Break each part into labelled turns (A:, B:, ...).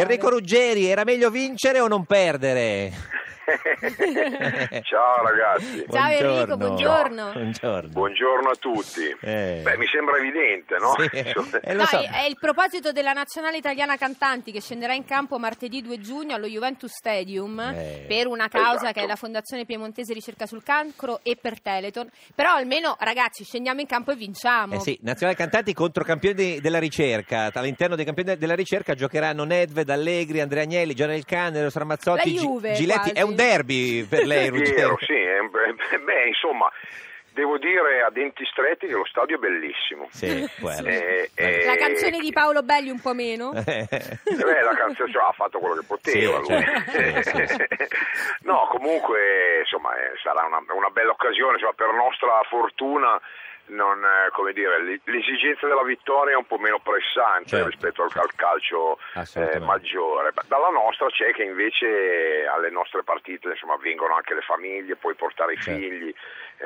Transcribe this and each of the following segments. A: Enrico Ruggeri, era meglio vincere o non perdere?
B: Ciao ragazzi.
C: Ciao, Enrico, buongiorno.
A: Buongiorno.
B: Buongiorno a tutti.
A: Eh.
B: Beh, mi sembra evidente, no?
A: Sì.
B: Insomma,
A: Eh, lo
C: No,
A: so.
C: è è il proposito della nazionale italiana cantanti che scenderà in campo martedì 2 giugno allo Juventus Stadium
A: Eh.
C: per una causa
B: Esatto.
C: che è la Fondazione Piemontese Ricerca sul Cancro e per Teleton. Però almeno ragazzi scendiamo in campo e vinciamo.
A: Eh sì, Nazionale Cantanti contro campioni della ricerca. All'interno dei campioni della ricerca giocheranno Nedved, Allegri, Andrea Agnelli, Gianel Cannero, Stramazzotti,
C: La Juve,
A: Giletti.
C: quasi.
A: È un derby per lei, Ruggeri.
B: Piero, sì, eh, beh, beh, insomma, devo dire a denti stretti che lo stadio è bellissimo.
A: Sì, quello.
B: Eh, eh,
C: La canzone di Paolo Belli un po' meno.
B: Eh beh, la canzone cioè, ha fatto quello che poteva
A: Sì,
B: lui.
A: certo. Sì, sì, sì.
B: no, comunque insomma eh, sarà una, una bella occasione, insomma, per nostra fortuna non, eh, come dire, l- l'esigenza della vittoria è un po' meno pressante
A: Certo.
B: rispetto al, al calcio eh,
A: Assolutamente.
B: maggiore. Ma Dalla nostra c'è che invece alle nostre partite insomma, vengono anche le famiglie, puoi portare i
A: Certo.
B: figli,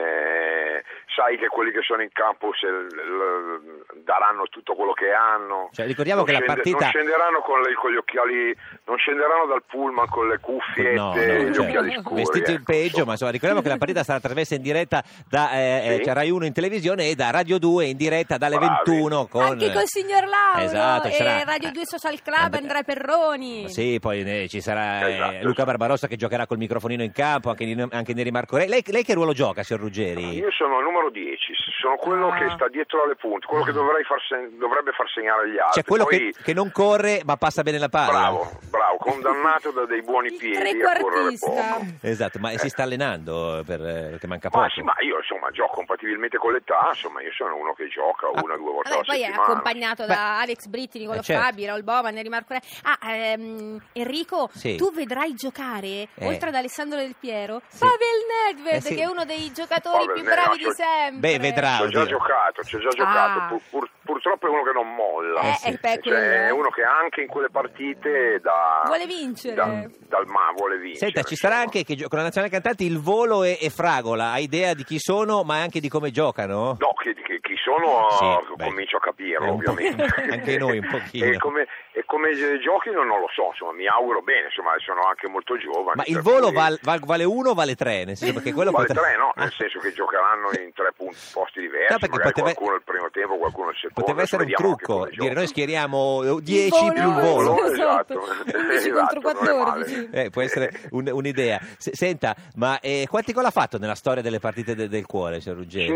B: eh, sai che quelli che sono in campo se l- l- daranno tutto quello che hanno.
A: Cioè, ricordiamo
B: Non
A: che la partita-
B: Non scenderanno con, le- con gli occhiali, non scenderanno dal pullman con le cuffiette
A: No, no,
B: e gli
A: cioè,
B: occhiali scuri.
A: vestiti in
B: ecco,
A: peggio,
B: insomma.
A: ma insomma, ricordiamo che la partita sarà trasmessa in diretta da eh, eh,
B: Sì.
A: cioè, Rai 1 in televisione e da Radio 2 in diretta dalle
B: Bravi.
A: 21 con
C: Anche col signor Lauro
A: Esatto,
C: e
A: ci sarà-
C: Radio 2 Social Club,
A: Andre-
C: Andrea Perroni.
A: Sì, poi eh, ci sarà eh,
B: Esatto.
A: Luca Barbarossa che giocherà col microfonino in campo, anche, Nino- anche Neri Marco Re. Lei, lei che ruolo gioca, signor Ruggeri?
B: Io sono il numero 10, sono quello
C: Ah.
B: che sta dietro alle punte, quello che dovrei far seg- dovrebbe far segnare agli altri.
A: Ah. Cioè quello
B: Poi-
A: che, che non corre ma passa bene la palla.
B: Bravo, bravo, condannato da dei buoni piedi a correre
C: Trequartista.
B: poco.
A: Esatto, ma si sta allenando eh, per- eh, perché manca poco.
B: Ma, sì, ma io insomma gioco compatibilmente con l'età, insomma io sono uno che gioca
A: Ah.
B: una o due volte
C: Vabbè,
B: alla
C: poi è
B: settimana.
C: accompagnato da
A: Beh,
C: Alex Britti, Nicolò
A: eh, certo.
C: Fabi, Raul Bovan, Neri Marco Re. Ah, ehm, Enrico,
A: Sì.
C: tu vedrai giocare,
A: Eh.
C: oltre ad Alessandro Del Piero,
A: Sì.
C: Pavel Nedved,
A: Eh, sì.
C: che è uno dei giocatori
B: Pavel
C: più
B: Nedved,
C: bravi
B: no,
C: di
B: cioè-
C: sempre.
A: Beh, vedrà.
B: Ci ho già
A: Ah, oddio.
B: giocato, ci ho già
C: Ah.
B: giocato, pur- pur- purtroppo è uno che non molla.
C: Eh,
A: Eh, sì.
C: eh, beh, quello,
B: Cioè,
C: eh.
B: è uno che anche in quelle partite da,
C: Vuole vincere.
B: da- dal ma vuole vincere.
A: Senta, ci sarà
B: insomma.
A: anche che gio- con la nazionale cantanti il volo e, e Fragola, ha idea di chi sono ma anche di come giocano?
B: No, chi, chi- chi sono ah,
A: Sì, beh,
B: comincio a
A: eh,
B: capirlo,
A: un po',
B: ovviamente.
A: anche noi un pochino.
B: e, come, e come giochino non lo so, insomma, mi auguro bene, insomma, sono anche molto giovane.
A: Ma il
B: per
A: volo
B: cui-
A: val- val- vale uno o vale tre? Nel senso, perché quello
B: Vale
A: potre-
B: tre, no?
A: Ah.
B: Nel senso che giocheranno in tre pun- posti diversi,
A: No, perché
B: magari
A: poteva-
B: qualcuno il primo tempo, qualcuno il secondo.
A: Poteva essere un
B: insomma, vediamo anche
A: trucco,
B: come
A: dire
B: gioca.
A: noi schieriamo 10 più il
B: volo.
A: volo.
B: Esatto.
C: 11 contro
B: Esatto, non è male.
C: 14.
A: Eh, può essere un- un'idea. Se- senta, ma eh, quanti gol ha fatto nella storia delle partite de- del cuore, signor
B: Eh,
A: Ruggeri?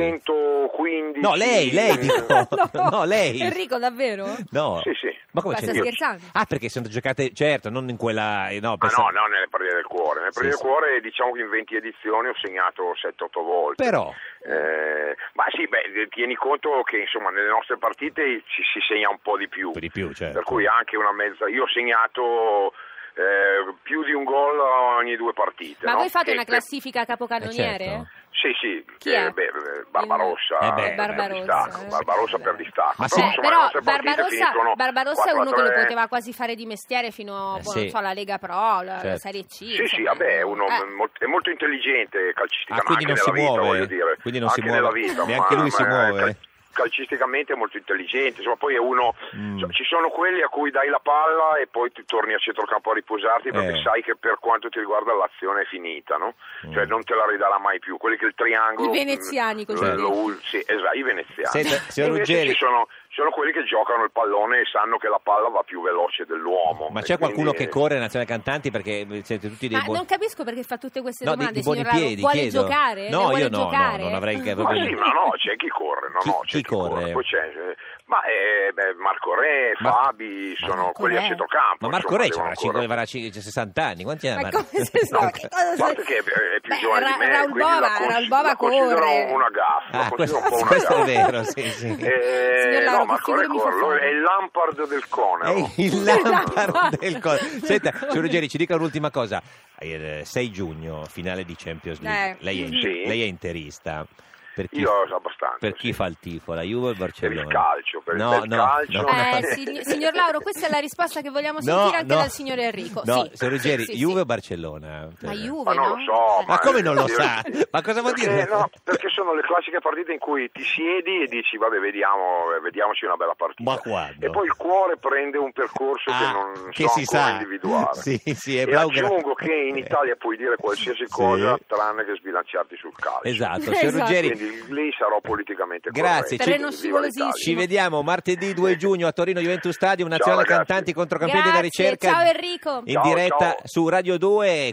B: 115.
A: No, lei, lei dico.
C: No.
A: No, lei.
C: Enrico, davvero?
A: No.
B: Sì, sì.
A: Ma come
C: Ma sta
A: c'è-
C: scherzando?
A: Ah, perché sono giocate, certo, non in quella... eh, No,
B: Ah
A: pensavo-
B: no, no, nelle partite del cuore. Nelle
A: Sì,
B: partite
A: sì.
B: del cuore diciamo che in 20 edizioni ho segnato 7-8 volte.
A: Però...
B: Eh, ma sì, beh, tieni conto che insomma nelle nostre partite ci si segna un po' di più.
A: Di più, certo.
B: Per cui ah, anche una mezza. Io ho segnato eh, più di un gol ogni due partite.
C: Ma
B: no?
C: voi fate
B: Che-
C: una classifica capocannoniere?
A: Eh, certo.
B: Sì, sì,
C: Chi
B: che-
C: è?
B: beh, eh, Barbarossa,
A: Eh beh.
B: eh,
C: Barbarossa,
B: per distacco,
C: eh.
B: Barbarossa per distacco.
A: Ma sì.
C: Beh,
A: Insomma,
C: però
B: le nostre partite
C: Barbarossa,
B: finiscono
C: Barbarossa è
B: 4 a
C: uno che lo
B: 3.
C: poteva quasi fare di mestiere fino a
A: Eh,
C: boh,
A: sì.
C: non so, la Lega Pro, la, la
A: Certo.
C: Serie C.
B: Sì, sì,
C: insomma.
B: vabbè, è uno
C: Eh.
B: molto, è molto intelligente
A: Ah,
B: calcisticamente,
A: quindi non
B: anche
A: si
B: nella vita,
A: muove,
B: voglio dire.
A: quindi non si
B: Anche
A: muove,
B: nella vita,
A: neanche
B: ma-
A: lui si
B: ma eh,
A: muove.
B: cal- calcisticamente è molto intelligente, insomma, poi è uno
A: Mm.
B: cioè, ci sono quelli a cui dai la palla e poi ti torni a centrocampo a riposarti perché
A: Eh.
B: sai che per quanto ti riguarda l'azione è finita, no?
A: Mm.
B: Cioè non te la ridarà mai più, quelli che il triangolo eh,
C: I veneziani, così
B: lo-
C: dire.
B: lo- sì, esatto, i veneziani.
A: Senta, signor
B: E invece
A: Ruggeri-
B: ci sono, ci sono quelli che giocano il pallone e sanno che la palla va più veloce dell'uomo.
A: Ma
B: e
A: c'è qualcuno che
B: quindi-
A: corre in Nazionale Cantanti perché eh, siete tutti dei
C: Ma
A: buoni...
C: non capisco perché fa tutte queste
A: No, di,
C: domande,
A: di buoni
C: signor Lauro.
A: piedi,
C: Vuole
A: chiedo.
C: giocare?
A: No,
C: Le
A: io
C: vuole
A: no,
C: giocare?
A: no, non avrei che-
B: Ma
A: proprio...
B: sì, ma no, c'è chi corre, no,
A: Chi-
B: no, c'è
A: chi
B: chi, corre.
A: corre?
B: Poi c'è, eh, ma eh, beh, Marco Re,
A: Ma-
B: Fabi, sono
C: Marco
B: quelli
C: Re.
B: a centrocampo.
A: Ma Marco
B: insomma,
A: Re ci
B: devono
A: avrà
B: ancora-
A: 5, avrà ci- 60 anni, quanti anni ha
C: Ma
A: Marco?
C: come se so che cosa
B: A parte che è più
C: Beh,
B: giovane
C: Ra-
B: di me,
C: Raul
B: quindi la,
C: Bova-
B: cons-
C: Raul Bova
B: la considero
C: corre.
B: una gaffa,
A: Ah,
B: la considero
A: questo-
B: un po' una
A: questo è
B: gaffa.
A: vero, sì, sì.
B: Eh,
C: Signor Lauro, che
B: no, Marco Re
C: figura mi fa
B: corre, lo-
C: fare?
B: è il Lampard del Conero.
A: È il lampard del cor- Senta, signor Ruggeri, ci dica un'ultima cosa. Il 6 giugno, finale di Champions League.
C: Eh.
A: Lei, è,
B: Sì.
A: lei è interista. Per chi,
B: Io lo so abbastanza.
A: per chi
B: sì.
A: fa il tifo, la Juve o il
B: Per il
A: Barcellona?
B: calcio, per il
A: No,
B: bel
A: no,
B: calcio.
A: no.
C: Eh, sign- signor Lauro, questa è la risposta che vogliamo
A: No,
C: sentire anche
A: no.
C: dal signor Enrico.
A: No,
C: sì.
A: signor Ruggeri,
C: Sì, sì.
A: Juve o Barcellona?
C: Ma
A: Per-
C: Juve,
B: Ma non
C: no?
B: lo so.
A: Ma come non lo
B: Io-
A: sa? Ma cosa vuol
B: Perché,
A: dire?
B: Eh, no, perché sono le classiche partite in cui ti siedi e dici vabbè vediamo, vediamoci una bella partita.
A: Ma quando?
B: E poi il cuore prende un percorso
A: Ah,
B: che non
A: che
B: so
A: si
B: ancora
A: sa.
B: individuare.
A: Sì, sì, è
B: e
A: Blaugrana. Eh.
B: aggiungo che in Italia puoi dire qualsiasi
A: Sì.
B: cosa tranne che sbilanciarti sul calcio.
A: Esatto, signor
C: Esatto.
A: Ruggeri.
B: Quindi lì sarò politicamente
A: Grazie,
B: corretto.
A: ci-
B: Quindi viva l'Italia.
A: Ci vediamo martedì 2 giugno a Torino Juventus Stadium,
B: Ciao,
A: Nazionale
B: ragazzi.
A: Cantanti contro campioni della
C: Grazie,
A: ricerca.
C: ciao Enrico.
A: In
B: Ciao,
A: diretta
B: ciao.
A: su Radio 2